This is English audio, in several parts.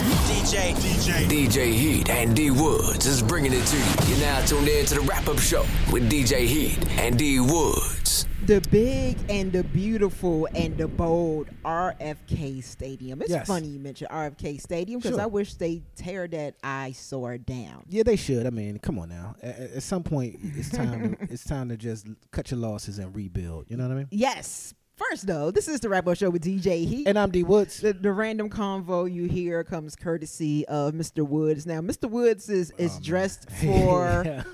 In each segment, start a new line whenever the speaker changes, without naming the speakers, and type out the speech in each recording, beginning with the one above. DJ. DJ.
DJ Heat and D Woods is bringing it to you. You're now tuned in to the wrap up show with DJ Heat and D Woods.
The big and the beautiful and the bold RFK Stadium. It's
Yes.
funny you mentioned RFK Stadium because
Sure.
I wish they tear that eyesore down.
Yeah, they should. I mean, come on now. At, at- at some point, it's time. To, it's time to just cut your losses and rebuild. You know what I mean?
Yes. First, though, this is the Rap Up Show with DJ Heat.
And I'm D Woods.
the, the random convo you hear comes courtesy of Mr. Woods. Now, Mr. Woods is,
Oh,
is dressed for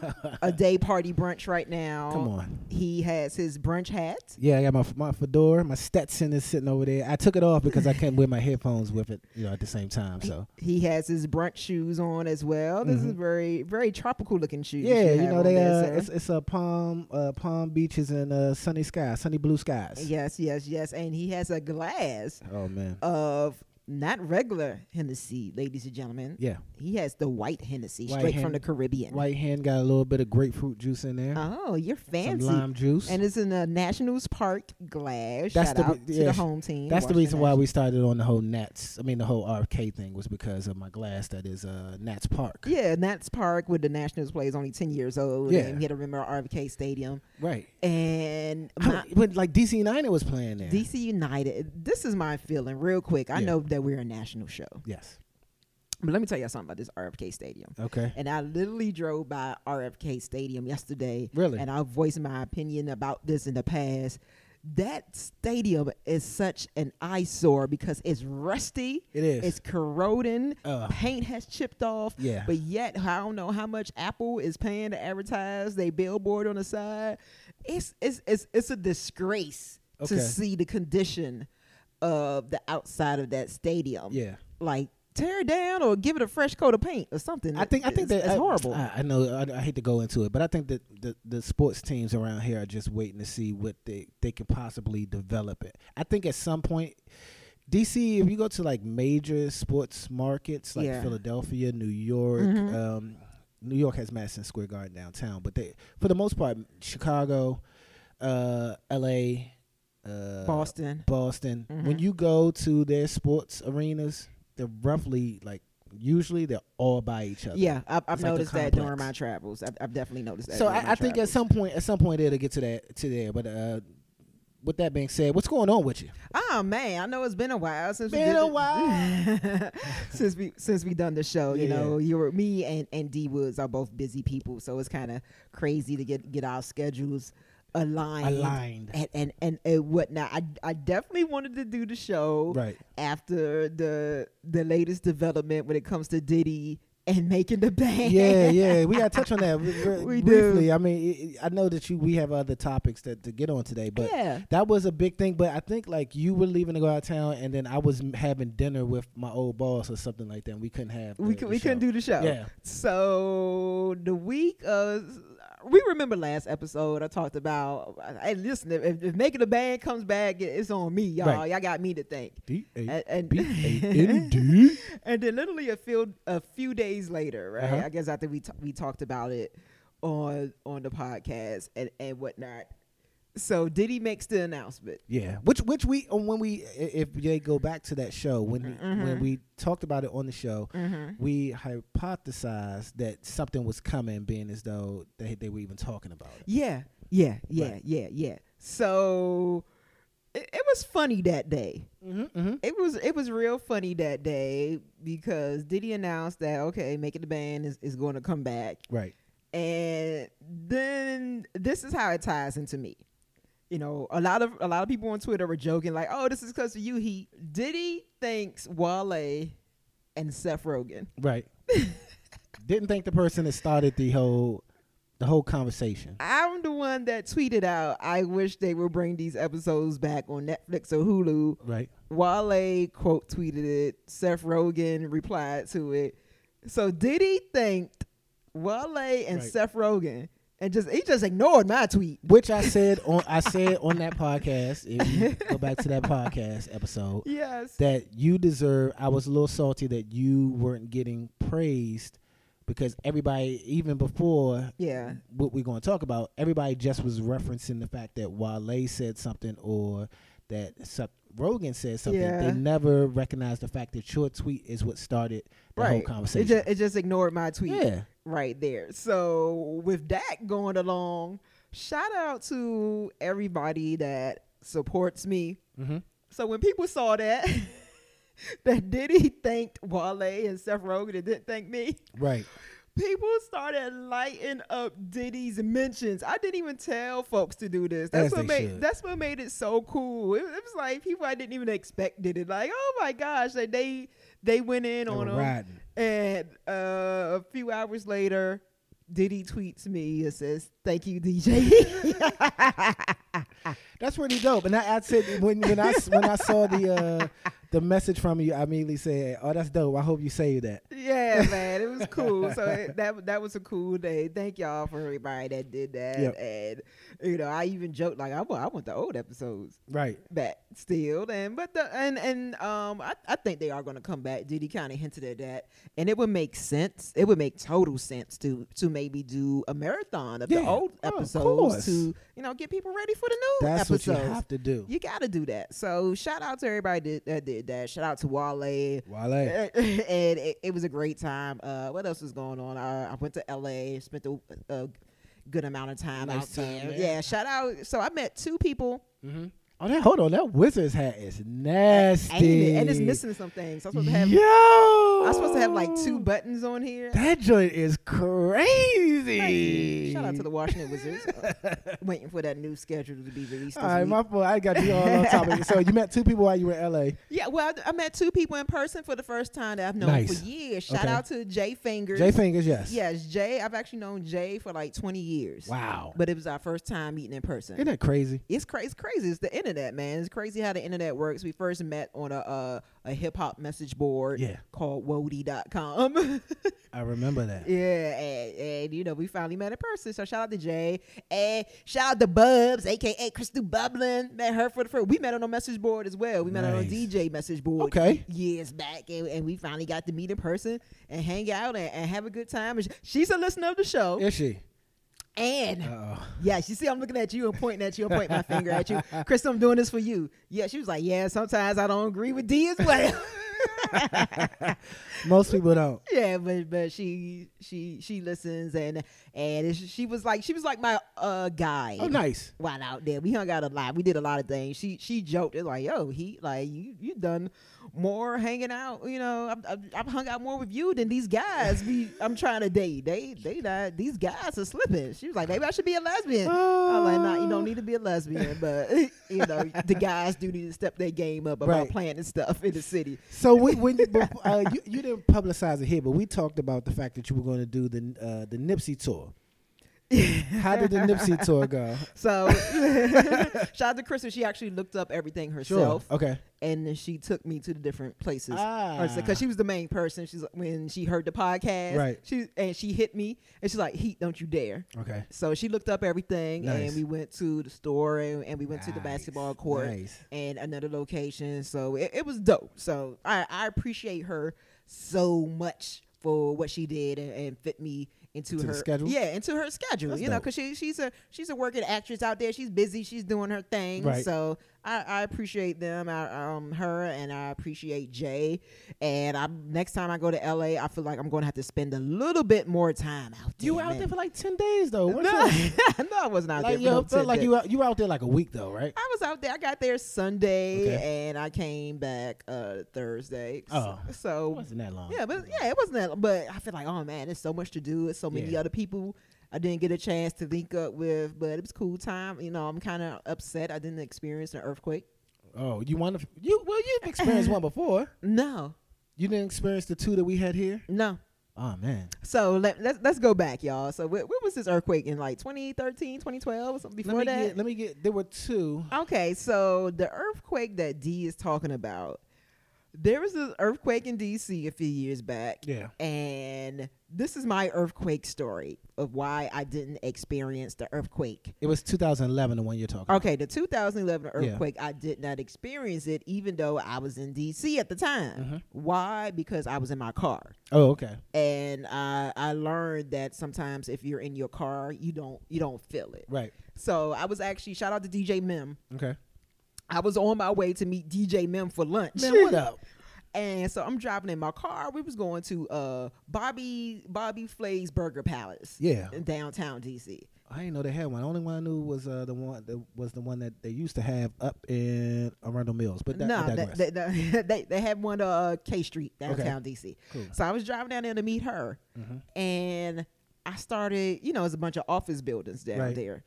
a day party brunch right now.
Come on.
He has his brunch hat.
Yeah, I got my f- my fedora. My Stetson is sitting over there. I took it off because I can't wear my headphones with it. You know, at the same time. So
He has his brunch shoes on as well. This is very, very tropical looking shoes.
Mm-hmm. yeah, you
have
know
on
they
there,
uh,
sir.
it's it's a palm uh, palm beaches and uh, sunny skies, sunny blue skies.
Yes, Uh, yes, yes. And he has a glass
Oh man.
of not regular Hennessy, ladies and gentlemen.
Yeah.
He has the white Hennessy
White
straight
Hen-
from the Caribbean.
White hand got a little bit of grapefruit juice in there.
Oh, you're fancy.
lime juice.
And it's in the Nationals Park glass.
That's
Shout
the
out
re-
to
yeah,
the home team.
That's the
Washington
reason why
Nationals.
we started on the whole Nats. I mean, the whole RFK thing was because of my glass that is uh, Nats Park.
Yeah, Nats Park with the Nationals play is only 10 years old.
Yeah.
And we had to remember RFK Stadium.
Right.
And
I
my,
don't- when like DC United was playing there.
DC United, this is my feeling real quick. I
Yeah.
know that we're a national show.
Yes.
But let me tell you all something about this RFK Stadium.
Okay.
And I literally drove by RFK Stadium yesterday.
Really?
And I voiced my opinion about this in the past. That stadium is such an eyesore because it's rusty.
It is.
It's corroding.
Ugh.
Paint has chipped off.
Yeah.
But yet, I don't know how much Apple is paying to advertise they billboard on the side. It's it's it's, it's a disgrace
Okay.
to see the condition of the outside of that stadium
Yeah.
like tear it down or give it a fresh coat of paint or something.
I think I think
it's,
that uh,
it's
I-
horrible.
I, I know. I, I hate to go into it, but I think that the, the sports teams around here are just waiting to see what they they could possibly develop it. I think at some point, DC, if you go to like major sports markets like
Yeah.
Philadelphia, New York. Um, New York has Madison Square Garden downtown, but they, for the most part, Chicago, uh, L.A., uh,
Boston. Mm-hmm.
Boston. When you go to their sports arenas, they're roughly like usually they're all by each other.
yeah, I, I've
It's like a
noticed that during
complex.
my travels. I've, I've definitely noticed that.
So
during my
I, I think at
travels.
some point, at some point, it'll get to that to there. But uh, with that being said, what's going on with you?
Oh man, I know it's been a while since we
Been
did
a
it. while since we since we done the show. You
Yeah.
know, you were me and and D Woods are both busy people, so it's kind of crazy to get get our schedules aligned,
Aligned.
and and and, and whatnot. I I definitely wanted to do the show
Right.
after the the latest development when it comes to Diddy and making the band.
Yeah, yeah, we gotta touch on that br- br-
We
briefly.
do.
I mean, it- it- I know that you we have other topics that to get on today, but
Yeah.
that was a big thing. But I think like you were leaving to go out of town, and then I was m- having dinner with my old boss or something like that. and We couldn't have
we
the-
could,
the
we couldn't
show.
do the show.
Yeah.
So the week of we remember last episode I talked about. Hey, listen, if, if making a band comes back, it- it's on me, y'all. all
Right.
Y'all got me to thank.
D A
And,
B A N
and,
D.
and then literally a few a few days later, right?
Uh-huh.
I guess after we t- we talked about it on on the podcast and and whatnot. So Diddy makes the announcement.
Yeah, which which we uh, when we i- if they go back to that show when we,
Mm-hmm.
when we talked about it on the show, we hypothesized that something was coming, being as though they they were even talking about it.
Yeah, yeah, yeah,
Right.
yeah, yeah. So it, it was funny that day.
Mm-hmm,
It was it was real funny that day because Diddy announced that okay, making the band is, is going to come back,
Right.
and then this is how it ties into me. You know, a lot of a lot of people on Twitter were joking like, "Oh, this is because of you." He Diddy thanks Wale and Seth Rogen.
Right. Didn't think the person that started the whole the whole conversation.
I'm the one that tweeted out, I wish they would bring these episodes back on Netflix or Hulu.
Right.
Wale quote tweeted it. Seth Rogen replied to it. So Diddy thanked Wale and
Right.
Seth Rogen and just he just ignored my tweet.
Which I said on I said on that podcast. If you go back to that podcast episode,
Yes.
that you deserve. I was a little salty that you weren't getting praised because everybody, even before
Yeah.
what we're going to talk about, everybody just was referencing the fact that Wale said something or that suck. Rogan said something.
Yeah.
They never recognized the fact that your tweet is what started the whole
It
conversation.
just, it just ignored my tweet
Yeah.
right there. So with that going along, shout out to everybody that supports me.
Mhm.
So when people saw that, that Diddy thanked Wale and Seth Rogen and didn't thank me,
Right.
people started lighting up Diddy's mentions. I didn't even tell folks to do this. That's
As
what
they
made
should.
that's what made it so cool. It, it was like people I didn't even expect did it. Like, oh my gosh, like they they went in
They
on
were
him.
riding.
And uh, a few hours later, Diddy tweets me and says, "Thank you, DJ."
That's really dope. And I, I said when when I when I saw the uh, the message from you, I immediately said, "Oh, that's dope. I hope you save that."
yeah, man, it was cool. So it, that that was a cool day. Thank y'all for everybody that did that.
Yep.
And you know, I even joked like, "I want, I want the old episodes."
Right.
back still and but the and and um I, I think they are going to come back diddy kind of hinted at that and it would make sense it would make total sense to to maybe do a marathon of the
Yeah.
old
Oh, of
episodes
course.
to you know get people ready for the new
That's
episodes
what you have to do.
you gotta do that so shout out to everybody that, that did that shout out to wale
Wale.
and it, it was a great time. Uh, what else was going on? Uh, I, I went to LA, spent a, a good amount of time
Nice
out
time
there.
there.
Yeah, shout out. So I met two people,
Oh, that hold on. That wizard's hat is nasty.
ain't it? and it's missing some things. I'm supposed to have.
Yo.
I'm supposed to have like two buttons on here.
That joint is crazy.
Shout out to the Washington Wizards. Uh, waiting for that new schedule to be released. This
All right,
week.
my fault. I got you all on topic. So you met two people while you were in LA.
yeah, well, I, I met two people in person for the first time that I've known
Nice.
for years. Shout
Okay.
out to Jay Fingers.
J Fingers, yes.
Yes, Jay. I've actually known Jay for like 20 years.
Wow.
But it was our first time meeting in person.
Isn't that crazy?
it's crazy. It's crazy. It's the internet, man. It's crazy how the internet works. We first met on a uh, a hip hop message board
Yeah.
called Wody.com.
I remember that.
yeah, and, and you know we finally met in person. So shout out to Jay and shout out to Bubs, aka Crystal Bublin. Met her for the first. We met on a message board as well. We met on a
Nice.
DJ message board.
Okay.
Years back, and, and we finally got to meet in person and hang out and, and have a good time. And sh- She's a listener of the show,
Is she?
and
Oh,
Yes, you see, I'm looking at you and pointing at you and pointing my finger at you. Chris, I'm doing this for you. Yeah, she was like, Yeah, sometimes I don't agree with D as well.
most people don't.
yeah, but but she she she listens and and it's- she was like she was like my uh guy.
Oh, nice.
While out there, we hung out a lot. We did a lot of things. She she joked it's like, "Yo, he like you you done more hanging out. You know, I've, I've, I've hung out more with you than these guys. We I'm trying to date. They they not, these guys are slipping." She was like, "Maybe I should be a lesbian." I was like, "Nah,
Ah.
you don't need to be a lesbian, but you know, the guys do need to step their game up about
Right.
planning stuff in the city."
So when, when you, before, uh, you you didn't publicize it here, but we talked about the fact that you were going to do the uh, the Nipsey tour. How did the Nipsey tour go?
So shout out to Crystal. She actually looked up everything herself,
Okay.
and then she took me to the different places.
Oh. Ah.
Because she was the main person. She's when she heard the podcast,
Right.
She and she hit me, and she's like, "Heat, don't you dare!"
Okay.
So she looked up everything,
Nice.
and we went to the store, and, and we went to the
Nice,
basketball court
nice.
and another location. So it, it was dope. So I, I appreciate her so much for what she did and, and fit me into
To the
her
schedule?
Yeah, into her schedule.
That's
you know,
dope.
because she she's a she's a working actress out there. She's busy. She's doing her thing.
Right.
So I, I appreciate them. I, um, her and I appreciate Jay. And I'm next time I go to LA, I feel like I'm going to have to spend a little bit more time out there.
You were out
man.
there for like ten days though. What's
No,
up?
no, I was not out
Like
there. for
yo,
no
it felt like
10
you were, you were out there like a week though, right?
I was out there. I got there Sunday
Okay.
and I came back uh Thursday.
Oh.
so
It wasn't that long.
yeah, but yeah, it wasn't that. But I feel like oh man, there's so much to do. It's so many
Yeah.
other people. I didn't get a chance to link up with, but it was cool time. You know, I'm kind of upset I didn't experience an earthquake.
Oh, you want to? You well, you've experienced one before.
No,
You didn't experience the two that we had here.
no.
Oh man,
So let, let's let's go back, y'all. So where, where was this earthquake in like 2013, 2012, or something before
let me
that?
get. Let me get. There were two.
Okay, so the earthquake that D is talking about, there was an earthquake in DC a few years back.
Yeah.
And this is my earthquake story of why I didn't experience the earthquake.
It was 2011, the one you're talking. about.
Okay, the 2011
Yeah.
earthquake, I did not experience it, even though I was in DC at the time.
Mm-hmm.
Why? Because I was in my car
Oh, okay.
and I I learned that sometimes if you're in your car you don't you don't feel it
Right.
so I was actually shout out to DJ Mem
Okay.
I was on my way to meet DJ Mem for lunch.
Man, what up?
And so I'm driving in my car. We was going to uh Bobby Bobby Flay's Burger Palace.
Yeah.
In downtown DC.
I didn't know they had one. The only one I knew was uh, the one that was the one that they used to have up in Arundel Mills. But that,
no,
I
that,
digress.
that, that- they, they had one uh K Street downtown DC.
Cool. Mm-hmm.
So I was driving down there to meet her, and I started. You know, there's a bunch of office buildings down
Right.
there.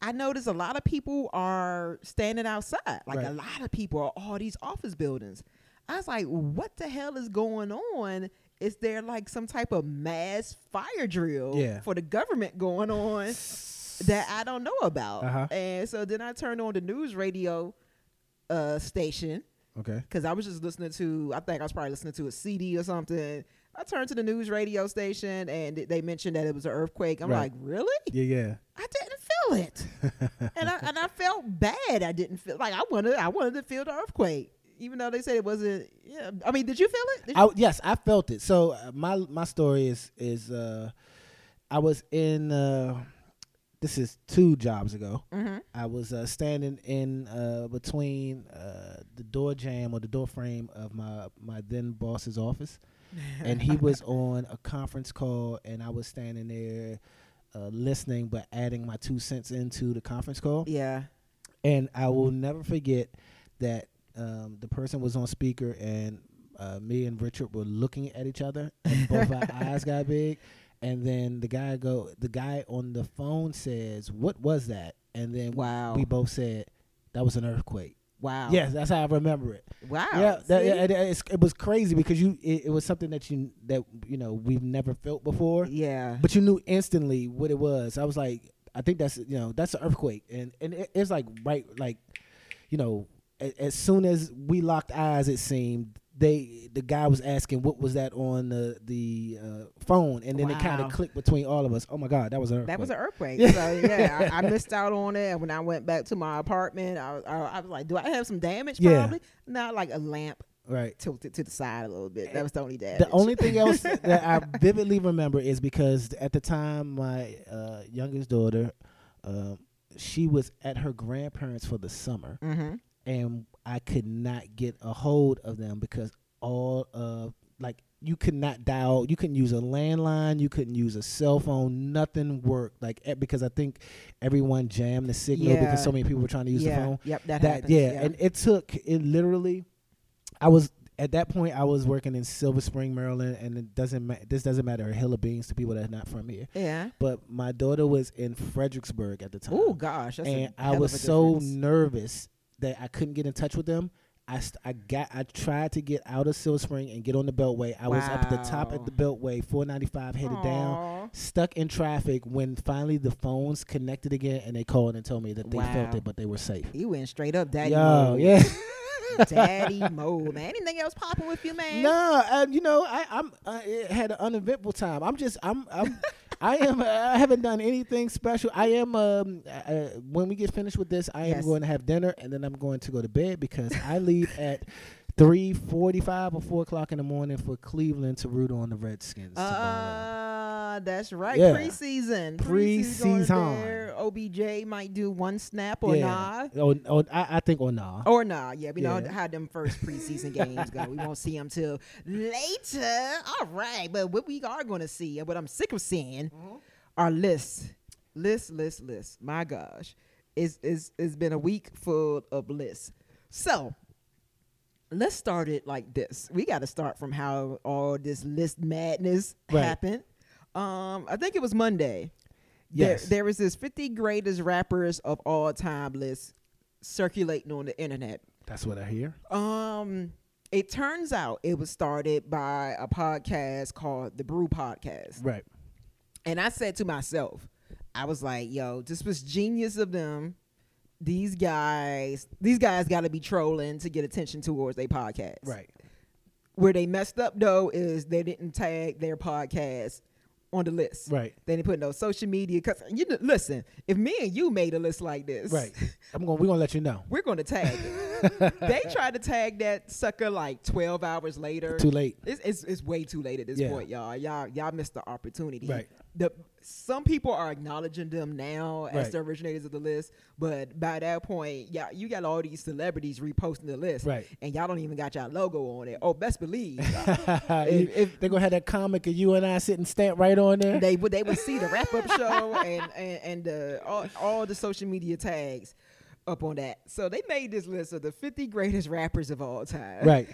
I noticed a lot of people are standing outside. Like a
Right.
lot of people are all these office buildings. I was like, what the hell is going on? Is there like some type of mass fire drill
Yeah.
for the government going on that I don't know about?
Uh-huh.
And so then I turned on the news radio uh, station
okay.
because I was just listening to, I think I was probably listening to a CD or something. I turned to the news radio station and they mentioned that it was an earthquake. I'm
Right.
like, really?
Yeah, yeah.
I didn't feel it, and I and I felt bad. I didn't feel like I wanted. I wanted to feel the earthquake, even though they said it wasn't. Yeah, I mean, did you feel it? Did you-
I, yes, I felt it. So uh, my my story is is uh, I was in uh, this is two jobs ago. I was uh, standing in uh, between uh, the door jam or the door frame of my my then boss's office, and he was on a conference call, and I was standing there. Uh, listening, but adding my two cents into the conference call.
yeah,
And I will
Mm-hmm.
never forget that um, the person was on speaker and uh, me and Richard were looking at each other and both our eyes got big. And then the guy go, the guy on the phone says, "What was that?" And then
Wow.
we both said, "That was an earthquake."
wow,
Yes, that's how I remember it.
wow,
yeah, that,
See?
yeah, it, it's- it was crazy because you, it, it was something that you that you know we've never felt before
yeah.
but you knew instantly what it was. I was like, I think that's you know that's an earthquake, and and it, it's like right like, you know, as, as soon as we locked eyes, it seemed they the guy was asking what was that on the the uh, phone, and then it kind
Wow.
of clicked between all of us. Oh my God, that was an earthquake.
That was an earthquake. So yeah, I, I missed out on it. And when I went back to my apartment, I, was- I, I was like, "Do I have some damage?
Yeah.
Probably not. Like a lamp
right.
tilted to the side a little bit. That was the only damage.
The only thing else that I vividly remember is because at the time my uh, youngest daughter, um, she was at her grandparents for the summer,
hmm
and I could not get a hold of them because all of like you could not dial, you couldn't use a landline, you couldn't use a cell phone, nothing worked. Like eh, because I think everyone jammed the signal
Yeah.
because so many people were trying to use
yeah.
the phone.
Yep. That,
That
happens.
yeah, and it took it literally. I was at that point. I was working in Silver Spring, Maryland, and it doesn't ma- this doesn't matter a hill of beans to people that are not from here.
yeah.
But my daughter was in Fredericksburg at the time
Oh gosh, that's
and
a
I
hell of
was
a
so
difference.
nervous that I couldn't get in touch with them. I, st- I got I tried to get out of Silver Spring and get on the Beltway. I was up at the top
Wow.
at the Beltway, 495 headed down,
Aw.
stuck in traffic. When finally the phones connected again, and they called and told me that they felt
Wow.
it, but they were safe.
You went straight up daddy
Yo,
mode.
yeah.
daddy mode, man. Anything else popping with you, man?
No, uh, you know, I, I'm. Uh, it had an uneventful time. I'm just. I'm. I'm I am. uh, I haven't done anything special. I am. Um. Uh, when we get finished with this, I
Yes.
am going to have dinner, and then I'm going to go to bed because I leave at three forty-five or four o'clock in the morning for Cleveland to root on the Redskins. tomorrow.
Uh, that's right.
Yeah.
Preseason. Preseason.
Preseason.
going there. OBJ might do one snap or Oh.
yeah.
not.
Or, or I, I think or nah.
Or nah, yeah, we know
Yeah.
how them first preseason games go. We won't see them till later. All right, but what we are going to see and what I'm sick of seeing
Mm-hmm.
are lists, lists, lists, lists. My gosh, it's it's it's been a week full of lists. So let's start it like this. We got to start from how all this list madness
Right.
happened. Um, I think it was Monday.
Yes.
There, there was this 50 greatest rappers of all time list circulating on the internet.
That's what I hear.
Um, it turns out it was started by a podcast called The Brew Podcast.
Right.
And I said to myself, I was like, yo, this was genius of them. These guys, these guys got to be trolling to get attention towards their podcast.
Right.
Where they messed up though is they didn't tag their podcast on the list.
Right.
They didn't put no social media. Cause you kn- listen, if me and you made a list like this,
Right. I'm going. We're gonna let you know.
we're going to tag it. they tried to tag that sucker like 12 hours later.
Too late.
It's, it's, it's way too late at this
Yeah.
point, y'all. Y'all y'all missed the opportunity.
Right.
The some people are acknowledging them now as
Right.
the originators of the list, but by that point, y'all you got all these celebrities reposting the list,
Right.
And y'all don't even got y'all logo on it. Oh, best believe
You-
if-
they gonna have that comic of you and I sitting stamped right on there.
they would they would see the wrap up show and and, and uh, all, all the social media tags up on that. So they made this list of the 50 greatest rappers of all time.
right.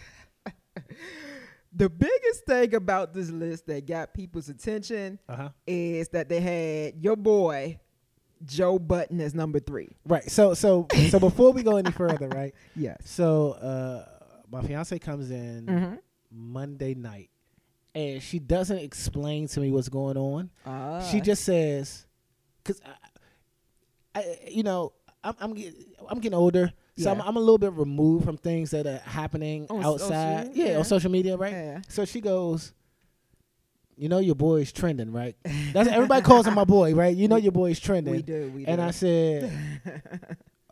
The biggest thing about this list that got people's attention
Uh-huh.
is that they had your boy Joe Button as number three.
Right. So so so before we go any further, right?
Yes.
So uh my fiance comes in
Mm-hmm.
Monday night and she doesn't explain to me what's going on.
Ah, Uh.
she just says cuz I, I you know, I'm I'm get- I'm getting older. So I'm,
Yeah.
I'm a little bit removed from things that are happening
On social,
outside. yeah,
yeah.
on social media, right?
Yeah.
So she goes, You know your boy is trending, right? That's everybody calls him my boy, right? You know your boy is trending.
we do. We
And
do.
I said,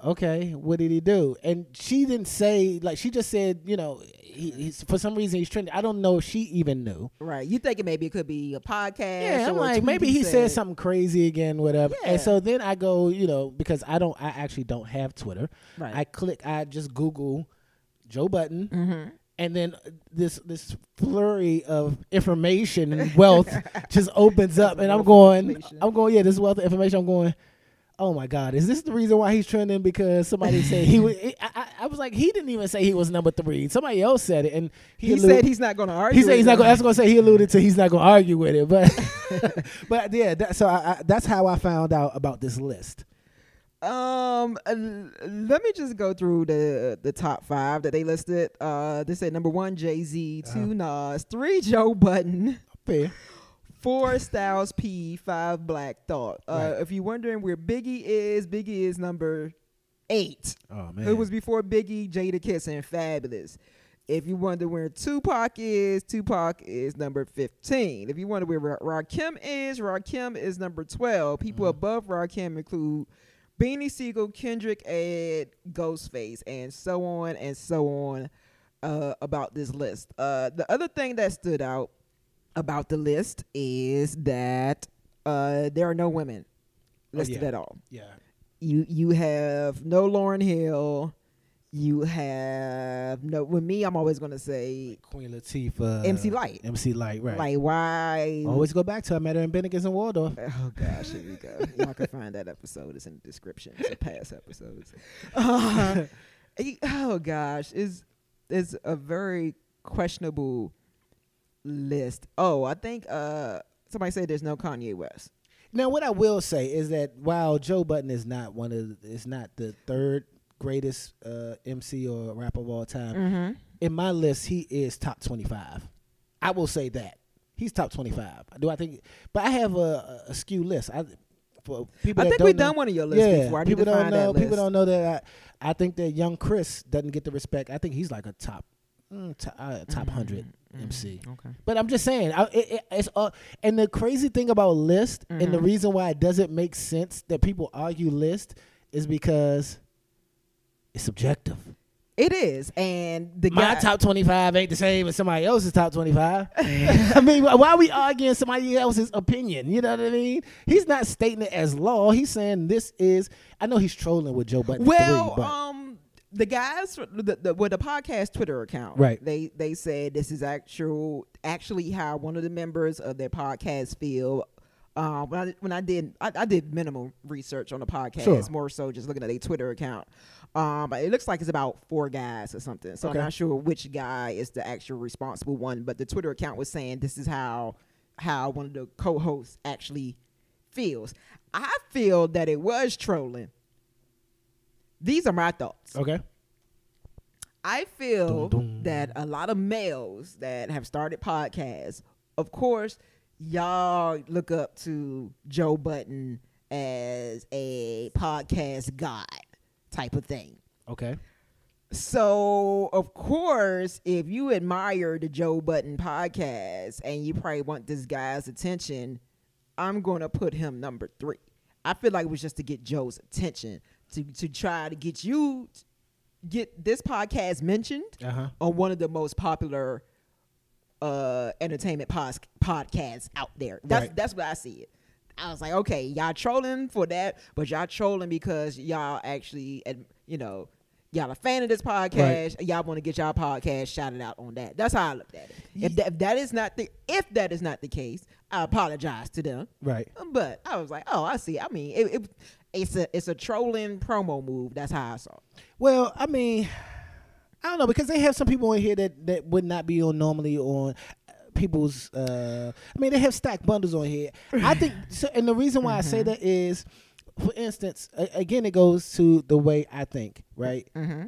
okay, what did he do? And she didn't say, like, she just said, you know, he, he's, for some reason he's trending. I don't know if she even knew.
right. You thinking maybe it could be a podcast?
Yeah,
or
I'm
a
like,
tweet
maybe he said. something crazy again, whatever.
Yeah.
And so then I go, you know, because I don't, I actually don't have Twitter.
Right.
I click, I just Google Joe Button.
Mm-hmm.
And then uh, this this flurry of information and wealth just opens up, and I'm
wealth of
going,
information.
I'm going, yeah, this wealth of information. I'm going, oh my god, is this the reason why he's trending? Because somebody said he was. I, I, I was like, he didn't even say he was number three. Somebody else said it, and he,
He
alluded-
said he's not going to argue.
he said he's
with
not
them.
gonna. That's gonna say he alluded to he's not gonna argue with it, but but yeah. That, so I, I, that's how I found out about this list.
Um, uh, l- let me just go through the the top five that they listed. Uh, they said number one Jay Z, 2 Nas, three Joe Button,
Fair.
four Styles P, five Black Thought. Uh,
Right.
if you're wondering where Biggie is, Biggie is number eight.
Oh
It was before Biggie, Jada Kiss, and Fabulous. If you wonder where Tupac is, Tupac is number 15. If you wonder where Ra- Rakim is, Rakim is number 12. People above Rakim include Beanie Siegel, Kendrick, and Ghostface, and so on and so on uh, about this list. Uh, the other thing that stood out about the list is that uh, there are no women listed
yeah.
at all
yeah.
you you have no Lauren Hill. You have no. With me, I'm always gonna say
Queen Latifah,
MC Light.
MC Light, right?
like why.
Always go back to I met her in Bennigan's and Waldorf.
Oh gosh, here we go. Y'all can find that episode. It's in the description. It's in past episodes. Uh, y- oh gosh, is is a very questionable list. Oh, I think uh somebody said there's no Kanye West.
Now, what I will say is that while Joe Button is not one of, the, is not the third greatest uh, MC or rapper of all time.
Mm.
In my list, he is top twenty-five. I will say that he's top twenty-five. Do I think? But I have a, a skewed list. I for people.
I
that
think
don't
we've
know-
done one of your lists before. I need
people
to
don't
find
know.
that
People
list.
don't know that. I, I think that young Chris doesn't get the respect. I think he's like a top, mm, to- uh, top hundred MC.
Okay.
But I'm just saying, I, it, it, it's uh, and the crazy thing about list and the reason why it doesn't make sense that people argue list is because it's subjective.
It is, and the
My
guy,
top 25 ain't the same as somebody else's top 25. I mean, why are we arguing somebody else's opinion? You know what I mean? He's not stating it as law. He's saying this is. I know he's trolling with Joe Button
Well,
three, but
um, the guys fr- the, the, with the podcast Twitter account,
Right.
They they said this is actual actually how one of the members of their podcast feel. Uh, when I when I did I, I did minimal research on the podcast,
Sure.
more so just looking at their Twitter account. Um, but it looks like it's about four guys or something. So
Okay.
I'm not sure which guy is the actual responsible one, but the Twitter account was saying this is how how one of the co-hosts actually feels. I feel that it was trolling. These are my thoughts.
okay.
I feel
Dun, dun.
that a lot of males that have started podcasts, of course, y'all look up to Joe Button as a podcast god type of thing.
Okay.
So, of course, if you admire the Joe Button podcast and you probably want this guy's attention, I'm going to put him number three. I feel like it was just to get Joe's attention, to, to try to get you get this podcast mentioned
Uh-huh.
on one of the most popular uh entertainment pos- podcasts out there. That's
Right.
that's what I see it. I was like, okay, y'all trolling for that, but y'all trolling because y'all actually, ad- you know, y'all a fan of this podcast. Y'all want to get y'all podcast shouted out on that. That's how I looked at it. If that, if that is not the if that is not the case, I apologize to them.
Right.
But I was like, oh, I see. I mean, it, it it's a it's a trolling promo move. That's how I saw. it.
Well, I mean, I don't know because they have some people in here that that would not be on normally on uh, people's. Uh, I mean, they have stack bundles on here. I think, so, and the reason why I
Mm-hmm.
say that is, for instance, a, again, it goes to the way I think. Right.
Mm-hmm.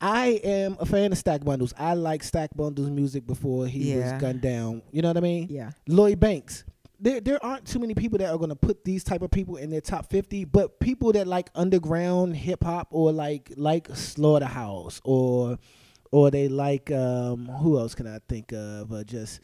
I am a fan of stack bundles. I like stack bundles music before he
Yeah.
was gunned down. You know what I mean?
Yeah.
Lloyd Banks. There, there aren't too many people that are going to put these type of people in their top 50, but people that like underground hip hop or like like Slaughterhouse or or they like um who else can I think of uh, just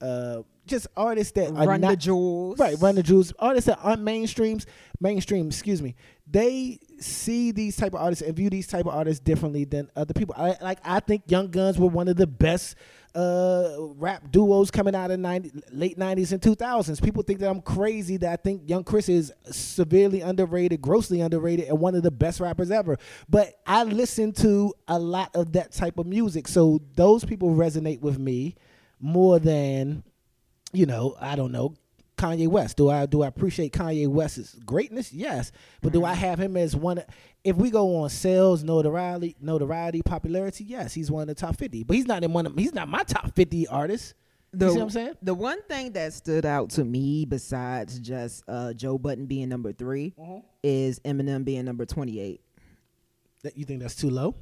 uh just artists that are
Run
not
the jewels.
Right, run the jewels. Artists that aren't mainstreams, mainstream, excuse me. They see these type of artists and view these type of artists differently than other people. I, like I think Young Guns were one of the best uh, rap duos coming out of 90, late nineties and two thousands. People think that I'm crazy that I think Young Chris is severely underrated, grossly underrated, and one of the best rappers ever. But I listen to a lot of that type of music, so those people resonate with me more than you know, I don't know, Kanye West. Do I do I appreciate Kanye West's greatness? Yes, but do I have him as one? If we go on sales, notoriety, notoriety, popularity, yes, he's one of the top fifty. But he's not in one of he's not my top fifty artists. you see what I'm saying?
The one thing that stood out to me besides just uh, Joe Button being number 3
Mm-hmm.
is Eminem being number 28.
That you think that's too low?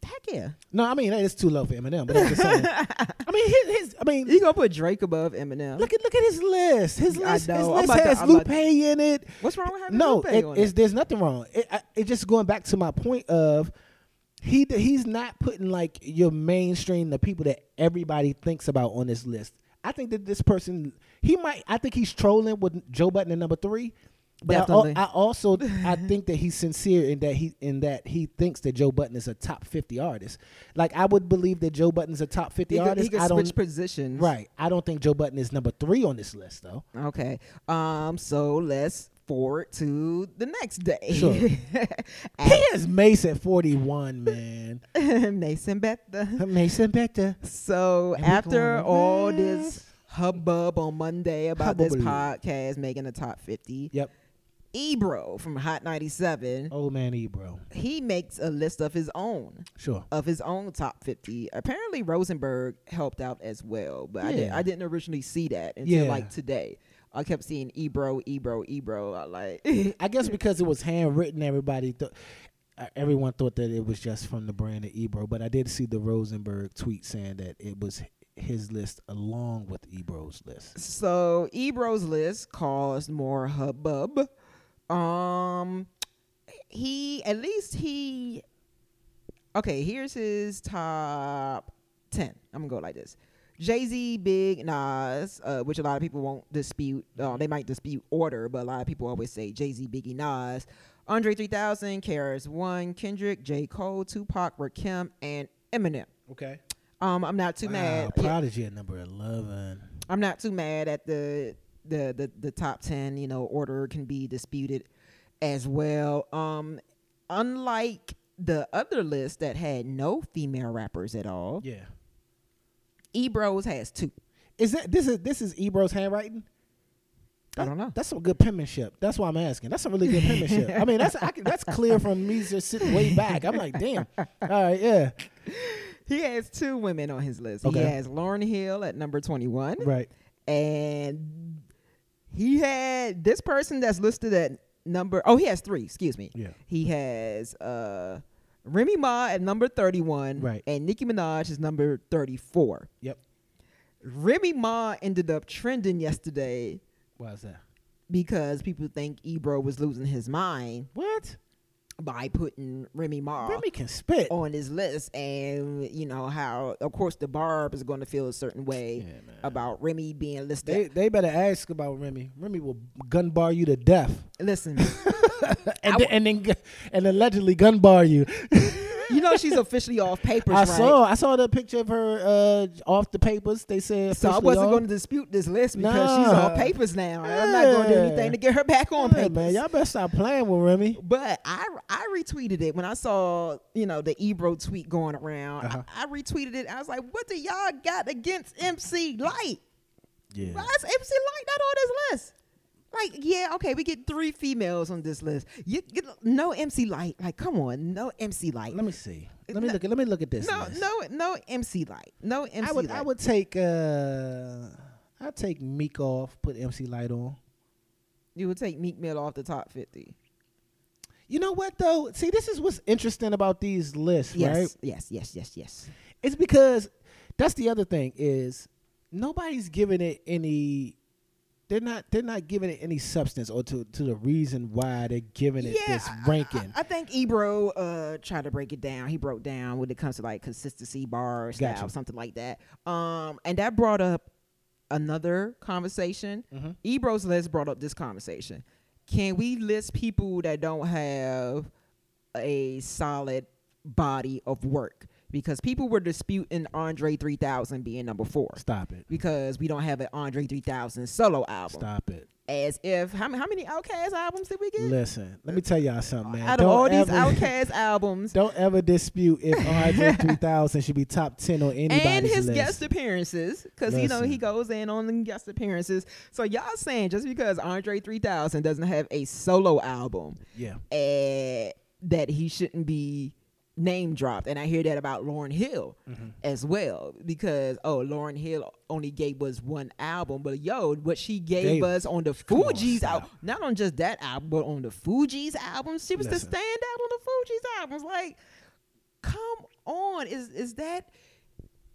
Heck yeah.
No, I mean that is too low for Eminem. But that's the same. I mean his, his I mean
You gonna put Drake above Eminem.
look at look at his list. His
I
list, his
know. I'm
list
about to-
has
I'm
Lupe
about to-
in it.
What's wrong with having
no,
Lupe
it-
on
it's, there's nothing wrong. It, I, it just going back to my point of he d- he's not putting like your mainstream the people that everybody thinks about on this list. I think that this person he might I think he's trolling with Joe Button at number three. But I, al-
Definitely.
I also I think that he's sincere in that he in that he thinks that Joe Button is a top fifty artist. Like I would believe that Joe Button's a top fifty
He could,
artist.
he could
I don't
switch positions.
right. I don't think Joe Button is number three on this list though.
Okay. Um. So let's forward to the next day.
Sure. He is Mace at forty one, man.
Mason Bethel.
Mason Becker.
So
And we
after
going
all
to
this hubbub on Monday about this
Hubbub.
podcast making the top 50,
Yep.
Ebro from Hot 97,
Old man Ebro.
he makes a list of his own
Sure.
of his own top 50. Apparently Rosenberg helped out as well, but I didn't
Yeah.
I didn't originally see that until
Yeah.
like today. I kept seeing Ebro, Ebro, Ebro. I like
I guess because it was handwritten, everybody thought, uh, everyone thought that it was just from the brand of Ebro. But I did see the Rosenberg tweet saying that it was h- his list along with Ebro's list.
So Ebro's list caused more hubbub. Um, he at least he. Okay, here's his top ten. I'm gonna go like this: Jay Z, Big Nas, uh, which a lot of people won't dispute. Uh, they might dispute order, but a lot of people always say Jay Z, Biggie, Nas, Andre 3000, KRS One, Kendrick, J Cole, Tupac, Rakim, and Eminem.
Okay.
Um, I'm not too
Wow,
mad. Yeah.
Prodigy at number eleven.
I'm not too mad at the the the, the top ten. You know, order can be disputed as well. Um, unlike the other list that had no female rappers at all,
Yeah.
Ebro's has two.
Is that this is this is Ebro's handwriting?
I don't know.
That's some good penmanship. That's why I'm asking. That's some really good penmanship. I mean, that's I can, that's clear from me just sitting way back. I'm like, damn. All right, yeah.
He has two women on his list.
Okay.
He has Lauren Hill at number twenty one,
Right.
and he had this person that's listed at number. Oh, he has three. Excuse me.
Yeah.
He has uh, Remy Ma at number thirty one,
Right.
and Nicki Minaj is number thirty four.
Yep.
Remy Ma ended up trending yesterday
Why is that?
because people think Ebro was losing his mind
What?
by putting Remy Ma
Remy can spit.
on his list, and you know how, of course, the Barb is going to feel a certain way
Yeah, man.
about Remy being
They
listed.
they better ask about Remy. Remy will gun bar you to death.
Listen,
and, then, and then gu- and allegedly gun bar you.
You know she's officially off papers,
I
right?
saw I saw the picture of her uh, off the papers. They said
So I
officially
wasn't
off.
going to dispute this list because she's
Nah.
on papers now. and I'm not going to do
Yeah.
anything to get her back on
Yeah,
papers.
man, y'all better stop playing with Remy.
But I I retweeted it when I saw you know the Ebro tweet going around.
Uh-huh.
I, I retweeted it. I was like, what do y'all got against MC Light?
Yeah,
Why is MC Light not on this list? Like, yeah, okay, we get three females on this list. You get no MC Light. Like, come on, no MC Light.
let me see. Let me look. At, let me look at this.
No,
list.
no, no MC Light. No MC
I would.
Light.
I would take. Uh, I take Meek off. Put MC Light on.
You would take Meek Mill off the top fifty.
You know what though? See, this is what's interesting about these lists,
Yes,
right?
yes, yes, yes, yes.
It's because that's the other thing is nobody's giving it any. They're not. They're not giving it any substance or to, to the reason why they're giving it this
I-
ranking.
I, I think Ebro uh, tried to break it down. He broke down when it comes to like consistency bar or style,
Gotcha.
something like that. Um, and that brought up another conversation.
Mm-hmm.
Ebro's list brought up this conversation. Can we list people that don't have a solid body of work? Because people were disputing Andre 3000 being number four
Stop it.
because we don't have an Andre 3000 solo album.
Stop it.
As if how, many- how many Outcast albums did we get?
Listen, let me tell y'all something, man.
out of all these
ever-
Outcast albums
Don't ever dispute if RJ 3000 should be top 10 on anybody's
and his
list.
guest appearances, because you know
Listen.
he goes in on the guest appearances. So y'all saying just because Andre 3000 doesn't have a solo album,
yeah.
eh, that he shouldn't be name dropped, and I hear that about Lauren Hill
Mm-hmm.
as well, because oh Lauren Hill only gave us one album, but yo, what she gave
Gave-
us on the
Come on,
Fuji's
stop.
album, not on just that album, but on the Fuji's album, she was
Listen.
the standout on the Fuji's albums, like. come on is is that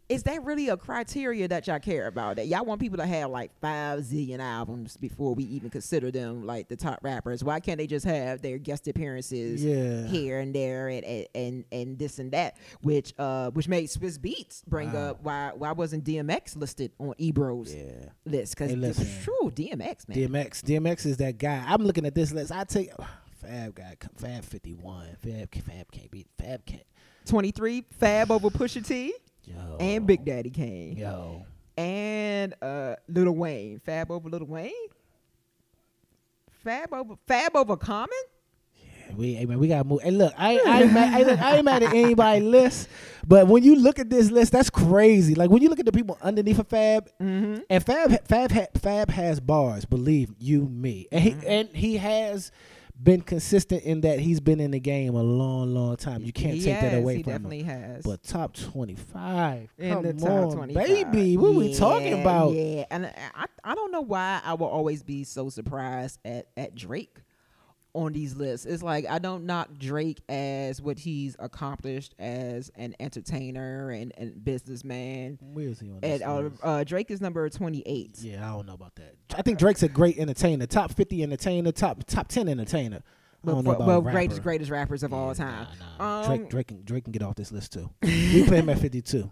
is that really a criteria that y'all care about that y'all want people to have like five zillion albums before we even consider them like the top rappers why can't they just have their guest appearances
Yeah.
here and there and, and and and this and that which uh which made swiss beats bring
Wow.
up why why wasn't dmx listed on ebro's
Yeah.
list because
Hey, listen.
true dmx man
DMX. DMX is that guy. I'm looking at this list. I take Fab guy. Fab 51. Fab Fab can't be Fab can't.
23 fab over pusha t
Yo.
and big daddy kane
Yo.
and uh Little Wayne. Fab over Little Wayne. Fab over Fab over Common.
We, hey man, we gotta move. And look, I, I, ain't mad, hey, look, I ain't mad at anybody's list, but when you look at this list, that's crazy. Like when you look at the people underneath of Fab,
Mm-hmm.
and Fab, Fab, ha- Fab has bars. Believe you me, and he,
Mm-hmm.
and he has been consistent in that he's been in the game a long, long time. You can't take that
Yes,
away
he
from
definitely
him.
has.
But top twenty five,
in
come
the
on,
top 25.
baby, what we talking
Yeah,
about?
Yeah, and I, I I don't know why I will always be so surprised at at Drake on these lists. It's like I don't knock Drake as what he's accomplished as an entertainer and, and businessman.
Where is he on this
And uh,
list?
uh, Drake is number twenty eight.
Yeah, I don't know about that. I think Drake's a great entertainer, top fifty entertainer, top top ten entertainer. I
Well,
don't know
for-
about
well,
rapper.
greatest greatest rappers of all
Yeah,
time.
nah, nah.
Um,
Drake, Drake, can, Drake can get off this list too. we put him at fifty two.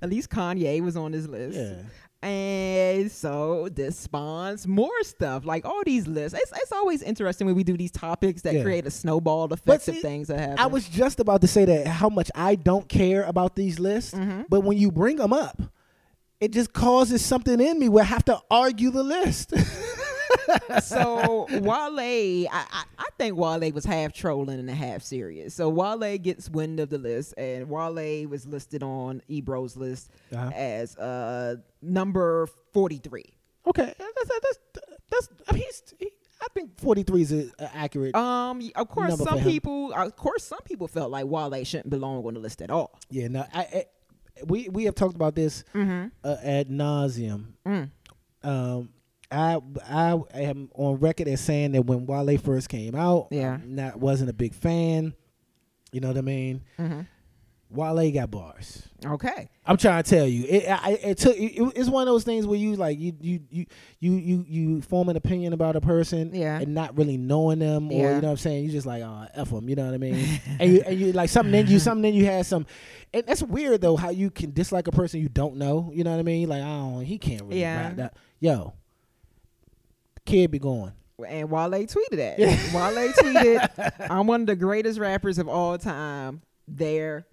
At least Kanye was on this list.
Yeah.
And so this spawns more stuff. Like all these lists. It's, it's always interesting when we do these topics that
Yeah.
create a snowball
But
effect of
see,
things that happen.
I was just about to say that how much I don't care about these lists,
Mm-hmm.
but when you bring them up, it just causes something in me where I have to argue the list.
so Wale, I, I, I think Wale was half trolling and a half serious. So Wale gets wind of the list, and Wale was listed on Ebro's list
Uh-huh.
as uh, number 43.
okay, that's that's that's. I mean, he's, he, I think forty three is a, a accurate.
Um, y- of course,
Number for
some
him.
people, of course, some people felt like Wale shouldn't belong on the list at all.
Yeah, no, I, I we we have talked about this uh, ad nauseum. Um, I I am on record as saying that when Wale first came out,
Yeah.
I'm not wasn't a big fan. You know what I mean? Wale got bars.
Okay.
I'm trying to tell you, it I, it took. It, it's one of those things where you like you you you you you you form an opinion about a person,
Yeah.
and not really knowing them, or
Yeah.
you know what I'm saying. You just like, oh, f them, you know what I mean? and you and you like something in you, something in you has some, and that's weird though. How you can dislike a person you don't know, you know what I mean? Like, oh, he can't really
Yeah.
rap that. Yo, kid be going.
and Wale tweeted that. Wale tweeted, "I'm one of the greatest rappers of all time." There,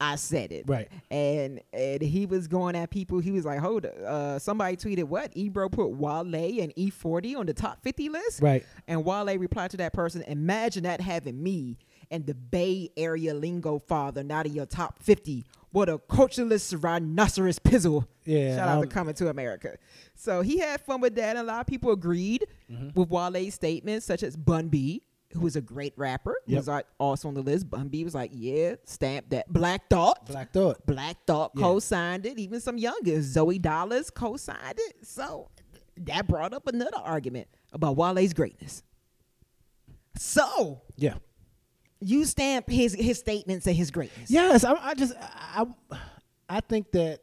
I said it.
Right.
And and he was going at people. He was like, "Hold, up, uh, somebody tweeted what? Ebro put Wale and E40 on the top 50 list."
Right.
And Wale replied to that person, "Imagine that having me and the Bay Area lingo father not in your top 50." What a cultureless rhinoceros pizzle.
Yeah,
Shout out to
um,
Coming to America. So he had fun with that, and a lot of people agreed with Wale's statements, such as Bun B, who was a great rapper, who
Yep.
was al- also on the list. Bun B was like, "Yeah, stamp that." Black Thought,
Black Thought.
Black Thought
Yeah.
co-signed it. Even some youngers, Zoe Dollars co-signed it. So that brought up another argument about Wale's greatness. So
Yeah.
you stamp his his statements and his greatness.
Yes, I, I just I I- I think that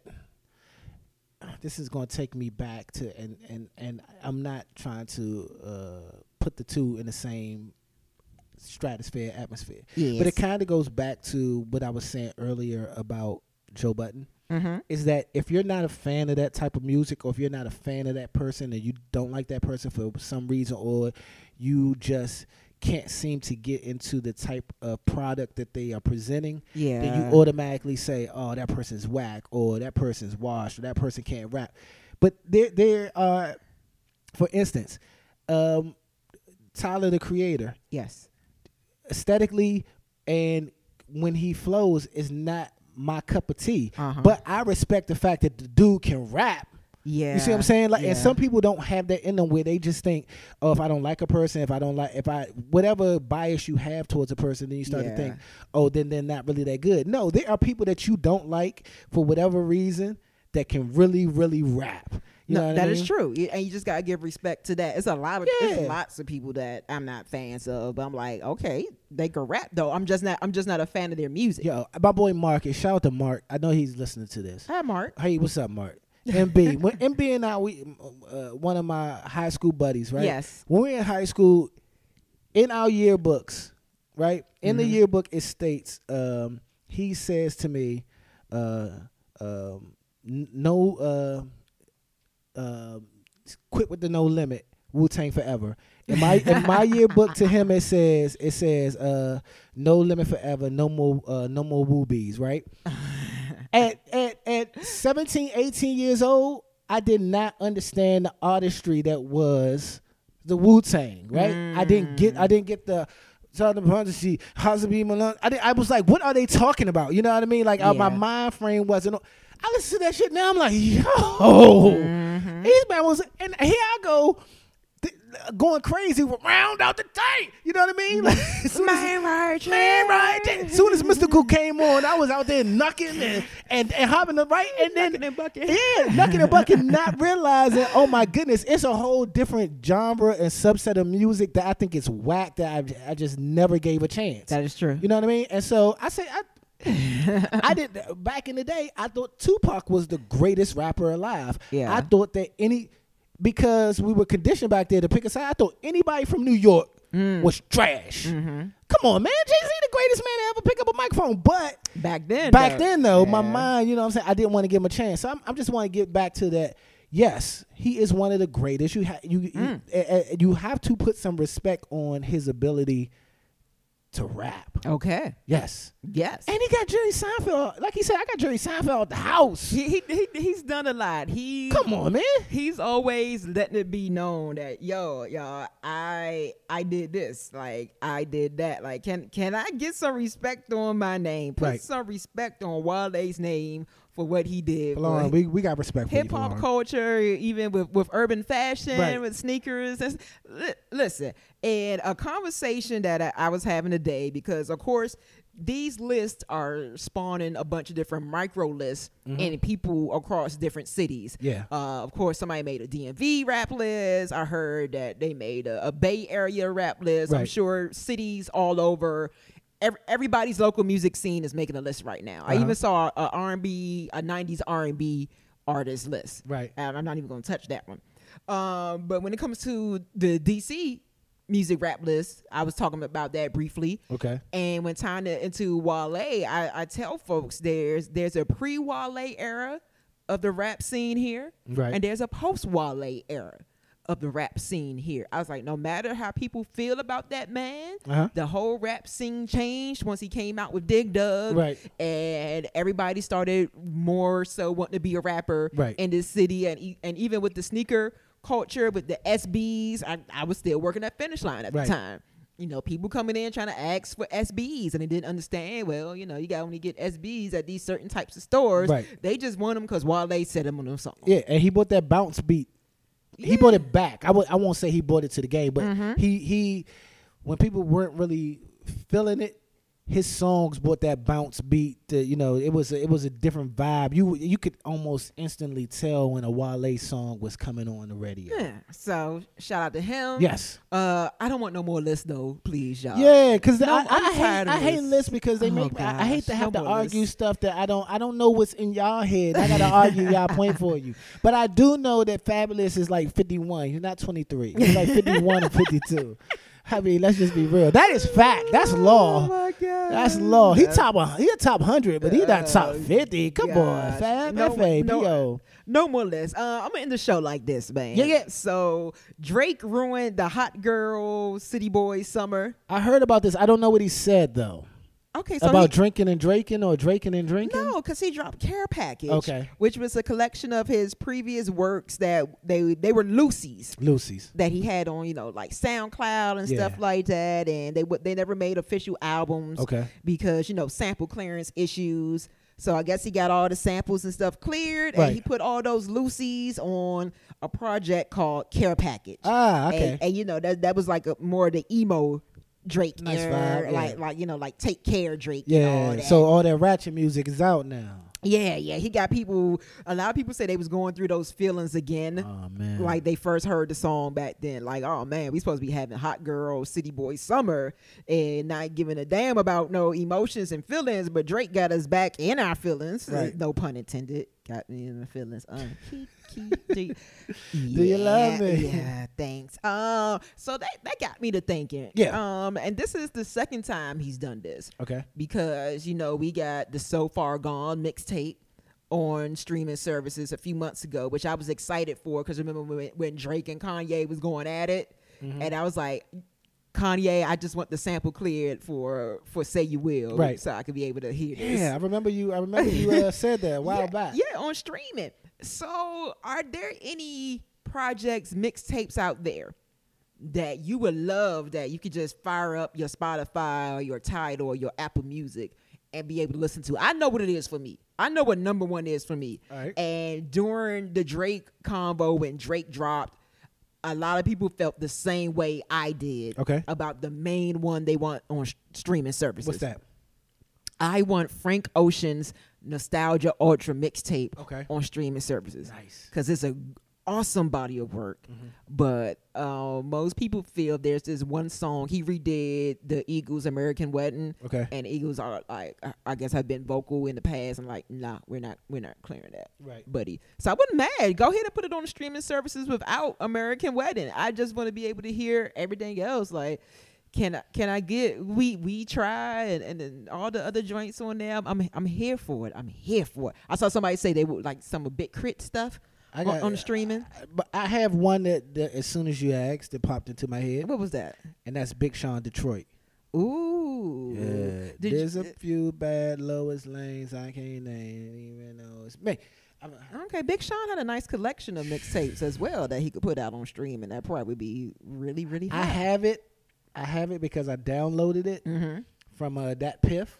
this is going to take me back to and and and I'm not trying to uh, put the two in the same stratosphere atmosphere, but
Yes.
it kind of goes back to what I was saying earlier about Joe Button. Is that if you're not a fan of that type of music, or if you're not a fan of that person, and you don't like that person for some reason, or you just can't seem to get into the type of product that they are presenting, then
Yeah.
you automatically say, "Oh, that person's whack," or "That person's washed," or "That person can't rap." But there, there are, for instance, um, Tyler the Creator,
Yes.
aesthetically and when he flows, is not my cup of tea.
Uh-huh.
But I respect the fact that the dude can rap.
Yeah.
You see what I'm saying? Like,
Yeah.
and some people don't have that in them where they just think, oh, if I don't like a person, if I don't like, if I whatever bias you have towards a person, then you start
Yeah.
to think, oh, then they're not really that good. No, there are people that you don't like for whatever reason that can really, really rap. You know
No,
what
that
I
is
mean?
true, You- and you just gotta give respect to that. It's a lot of
Yeah.
it's lots of people that I'm not fans of, but I'm like, okay, they can rap though. I'm just not I'm just not a fan of their music.
Yo, my boy Marcus, shout out to Mark. I know he's listening to this.
Hi, Mark.
Hey, what's up, Mark? MB, when MB and I, we, uh, one of my high school buddies, right?
Yes.
When we were in high school, in our yearbooks, right? In
Mm-hmm.
the yearbook, it states um, he says to me, uh, um, n- "No, uh, um, quit with the no limit, Wu Tang forever." In my in my yearbook to him, it says it says uh, "No limit forever, no more uh, no more Woobies," right? at, at, at 17, 18 years old, I did not understand the artistry that was the Wu Tang, right? I didn't get I didn't get the Southern Punjabi, Hasabi Malone. I, didn't- I was like, what are they talking about? You know what I mean? Like uh, my
Yeah.
mind frame wasn't. on- I listen to that shit now. I'm like, yo, these man was, and here I go, th- going crazy, round out the tank. You know what I mean? Like, as soon as-
Man right
Man,
there.
right there. As soon as Mystical came on, I was out there knocking and and, and hopping the right, and then
Knocking and bucking.
yeah, knocking and bucking, not realizing, oh my goodness, it's a whole different genre and subset of music that I think is whack that I, I just never gave a chance.
That is true.
You know what I mean? And so I say I. I did back in the day. I thought Tupac was the greatest rapper alive.
Yeah.
I thought that any because we were conditioned back there to pick a side. I thought anybody from New York
Mm.
was trash.
Mm-hmm.
Come on, man. Jay Z the greatest man to ever pick up a microphone. But
Back then,
back then though, my
yeah.
mind, you know what I'm saying, I didn't want to give him a chance. So I'm, I'm just want to get back to that. Yes, he is one of the greatest. You ha- you you-
Mm.
uh, uh, you have to put some respect on his ability to rap.
Okay.
Yes.
Yes.
And he got Jerry Seinfeld. Like he said, I got Jerry Seinfeld at the house.
he, he, he he's done a lot. He
Come on, man.
he's always letting it be known that yo y'all i i did this like i did that like can can i get some respect on my name put
Right.
some respect on wale's name for what he did
Lauren, we, we got respect for you,
hip hop
Lauren.
culture, even with, with urban fashion,
Right.
with sneakers. That's, li- listen, and a conversation that I, I was having today, because of course, these lists are spawning a bunch of different micro lists and people across different cities.
Mm-hmm. Yeah.
Uh, of course, somebody made a DMV rap list. I heard that they made a, a Bay Area rap list. I'm
Right.
sure cities all over. ev- Everybody's local music scene is making a list right now. I
Uh-huh.
even saw a R&B, a '90s R&B artist list.
Right.
and I'm not even going to touch that one. Um, but when it comes to the DC music rap list, I was talking about that briefly.
Okay.
And when tying it into Wale, I, I tell folks there's there's a pre Wale era of the rap scene here,
Right.
and there's a post Wale era of the rap scene here. I was like, no matter how people feel about that man,
Uh-huh.
the whole rap scene changed once he came out with Dig Dug,
Right.
And everybody started more so wanting to be a rapper
Right.
in this city, and e- and even with the sneaker culture, with the SBs, I, I was still working at Finish Line at
Right.
the time. You know, people coming in trying to ask for SBs, and they didn't understand. Well, you know, you got only get SBs at these certain types of stores.
Right.
They just want them because Wale said them on them song.
Yeah, and he bought that bounce beat. He bought it back. I w- I won't say he bought it to the game, but
Mm-hmm.
he he when people weren't really feeling it, his songs bought that bounce beat. To, you know, it was a, it was a different vibe. You you could almost instantly tell when a Wale song was coming on the radio.
Yeah. So shout out to him.
Yes.
Uh, I don't want no more lists though, please, y'all.
Yeah, because
No,
Uh, I,
I'm
I hate
tired of
I hate
this.
lists because they
Oh,
make I, I hate to
gosh,
have
no
to
more
argue
lists.
stuff that I don't I don't know what's in y'all head. I gotta argue y'all point for you, but I do know that Fabulous is like fifty one. He's not twenty three. He's like fifty one or fifty two. I mean, let's just be real. That is fact. That's
Oh
law.
my god.
That's law. He top a- he a top hundred, but he not top
Oh,
fifty. Come on,
gosh.
Fab
No,
F A B
no.
O.
No more lists. Uh, I'm gonna end the show like this, man.
Yeah, yeah.
So Drake ruined the hot girl city boy summer.
I heard about this. I don't know what he said though
Okay, so
about
he,
drinking and drinking or drinking and drinking.
no, because he dropped Care Package,
Okay.
which was a collection of his previous works that they they were Lucy's.
Lucy's.
that he had on, you know, like SoundCloud and
Yeah.
stuff like that. And they w- they never made official albums,
Okay.
because you know sample clearance issues. So I guess he got all the samples and stuff cleared,
Right.
and he put all those Lucy's on a project called Care Package.
Ah, okay.
And, and, you know that that was like a, more the emo Drake
Nice
era,
vibe,
like
yeah.
like you know like Take Care Drake. and all
Yeah.
that.
So all that ratchet music is out now.
yeah, yeah, he got people. A lot of people say they was going through those feelings again
Oh man.
like they first heard the song back then. Like, oh man, we supposed to be having hot girl, city boy summer, and not giving a damn about no emotions and feelings. But Drake got us back in our feelings.
Right.
No pun intended. Got me in the feelings. Uh, key, key, do, you,
you love
Yeah,
me?
Yeah, thanks. Um, so that that got me to thinking.
Yeah.
Um, and this is the second time he's done this
okay.
because you know we got the so far gone mixtape on streaming services a few months ago which i was excited for because remember when, when drake and kanye was going at it
Mm-hmm.
and i was like kanye i just want the sample cleared for for say you will
Right.
so i could be able to hear this
Yeah, I remember you. I remember you uh, said that a while
yeah,
back.
yeah on streaming so are there any projects mixtapes out there that you would love that you could just fire up your Spotify or your Tidal or your Apple Music and be able to listen to. I know what it is for me. I know what number one is for me.
All right.
And during the Drake combo when Drake dropped, a lot of people felt the same way I did
Okay.
about the main one they want on sh- streaming services.
What's that?
I want Frank Ocean's Nostalgia Ultra mixtape
Okay.
on streaming services.
Nice. Mm-hmm.
Because it's a awesome body of work. But uh, most people feel there's this one song he redid the Eagles American Wedding.
Okay.
And Eagles are like I- I guess have been vocal in the past and like, nah, we're not we're not clearing that.
Right.
Buddy. So I wasn't mad. Go ahead and put it on the streaming services without American Wedding. I just want to be able to hear everything else. Like can I can I get we we try and, and then all the other joints on there? I'm, I'm I'm here for it. I'm here for it. I saw somebody say they would like some of Big Crit stuff
I
on-
got-
on, the streaming.
But I have one that, that as soon as you asked, it popped into my head,
What was that?
and that's Big Sean Detroit.
Ooh. Did you- uh,
There's a few bad lowest lanes I can't name, even though it's me. I'm,
okay, Big Sean had a nice collection of mixtapes as well that he could put out on stream, and that probably would be really, really
I
hot.
have it. I have it because I downloaded it
Mm-hmm.
from uh, that Piff.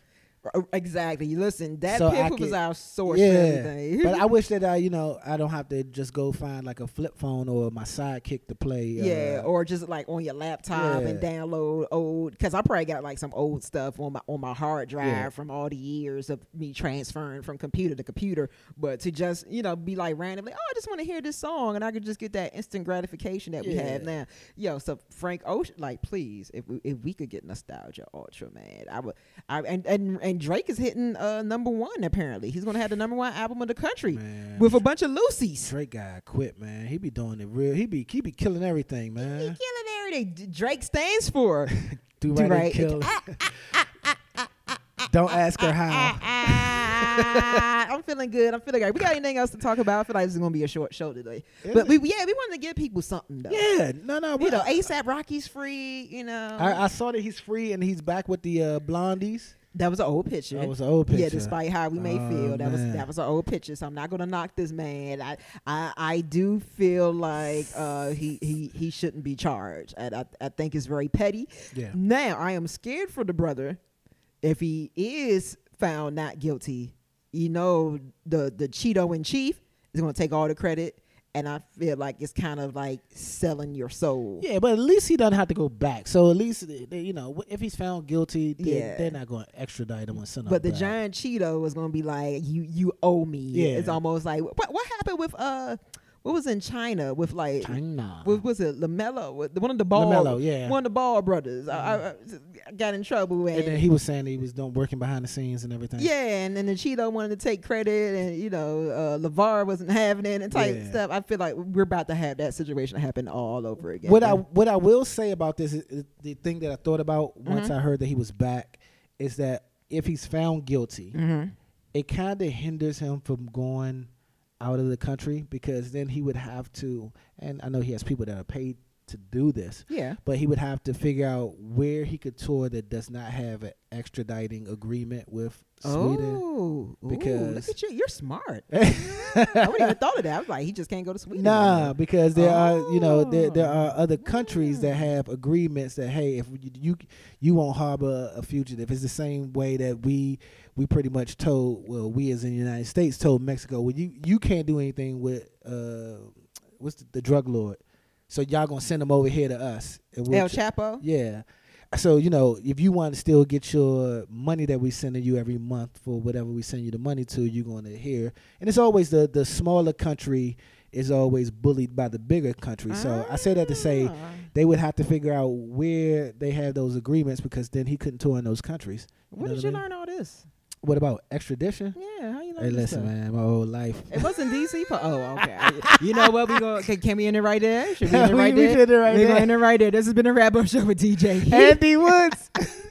R- exactly. Listen, that
So I
paper was
could-
our source for everything.
but I wish that I, you know, I don't have to just go find like a flip phone or my sidekick to play.
yeah,
uh,
or just like on your laptop and
Yeah.
download old because I probably got like some old stuff on my on my hard drive
Yeah.
from all the years of me transferring from computer to computer. But to just you know be like randomly, oh, I just want to hear this song, and I could just get that instant gratification that we have
Yeah.
now. Yo, so Frank Ocean, like please, if we, if we could get nostalgia ultra man, I would. I and and, and Drake is hitting uh, number one apparently. He's gonna have the number one album of the country
Man.
with a bunch of Lucy's.
Drake guy quit, man. He be doing it real. He be he be killing everything,
He
man.
killing everything. D- Drake stands for.
Do
do
right,
right.
and kill. don't ask her how.
Ah, I'm I'm feeling good. I'm feeling great. We got anything else to talk about? I feel like this is gonna be a short show today. But we yeah, we wanted to give people something though.
Yeah, no, no.
You know, ASAP Rocky's free. You know,
I, I saw that he's free and he's back with the uh, blondies.
that was an old picture.
That was an old picture.
Yeah, despite how we may
Oh,
feel, that was
man.
that was an old picture. So I'm not gonna knock this man. I I, I do feel like uh, he he he shouldn't be charged. And I I think it's very petty.
Yeah.
Now I am scared for the brother if he is found not guilty. You know the the Cheeto in chief is gonna take all the credit. And I feel like it's kind of like selling your soul.
Yeah, but at least he doesn't have to go back. So at least they, they- you know if he's found guilty, they,
Yeah.
they're not going to extradite him or send him.
But the
back.
giant Cheeto was gonna be like, "You you owe me."
Yeah.
It's almost like what what happened with uh, what was in China with like.
China.
What was it? Lamelo, What- the- one of the ball,
LaMelo, yeah.
one of the ball brothers. I- I, I got in trouble and,
and then he was saying that he was doing working behind the scenes and everything.
yeah, and then the Cheeto wanted to take credit, and you know, uh, Levar wasn't having it and type
Yeah.
stuff. I feel like we're about to have that situation happen all over again.
What I what I will say about this is, is the thing that I thought about
Mm-hmm.
once I heard that he was back is that if he's found guilty,
Mm-hmm.
it kind of hinders him from going out of the country because then he would have to and I know he has people that are paid to do this.
Yeah.
But he would have to figure out where he could tour that does not have an extraditing agreement with Sweden.
oh, ooh,
because-
look at you, you're smart. I wouldn't even thought of that. I was like, he just can't go to Sweden.
Nah, because there are you know there there
Oh.
are other countries that have agreements that hey if you, you you won't harbor a fugitive. It's the same way that we we pretty much told well we as in the United States told Mexico well you you can't do anything with uh what's the, the drug lord, so y'all gonna send them over here to us. And we'll
El
tr-
Chapo.
Yeah. So, you know, if you want to still get your money that we sending you every month for whatever we send you the money to, you're going to hear. And it's always the, the smaller country is always bullied by the bigger country. So I say that to say
Ah.
they would have to figure out where they have those agreements because then he couldn't tour in those countries.
Where
know
did
what I
you
mean?
learn all this?
What about extradition?
Yeah, how you learn
Hey,
this
listen,
stuff?
man, my whole life.
It wasn't DC for oh okay. you know what we go? Can, can we end it right there? Should we end it
We-
right
we
there?
did it right
we gonna
there.
end it right there. This has been a Rap Up Show with DJ.
Andy Woods.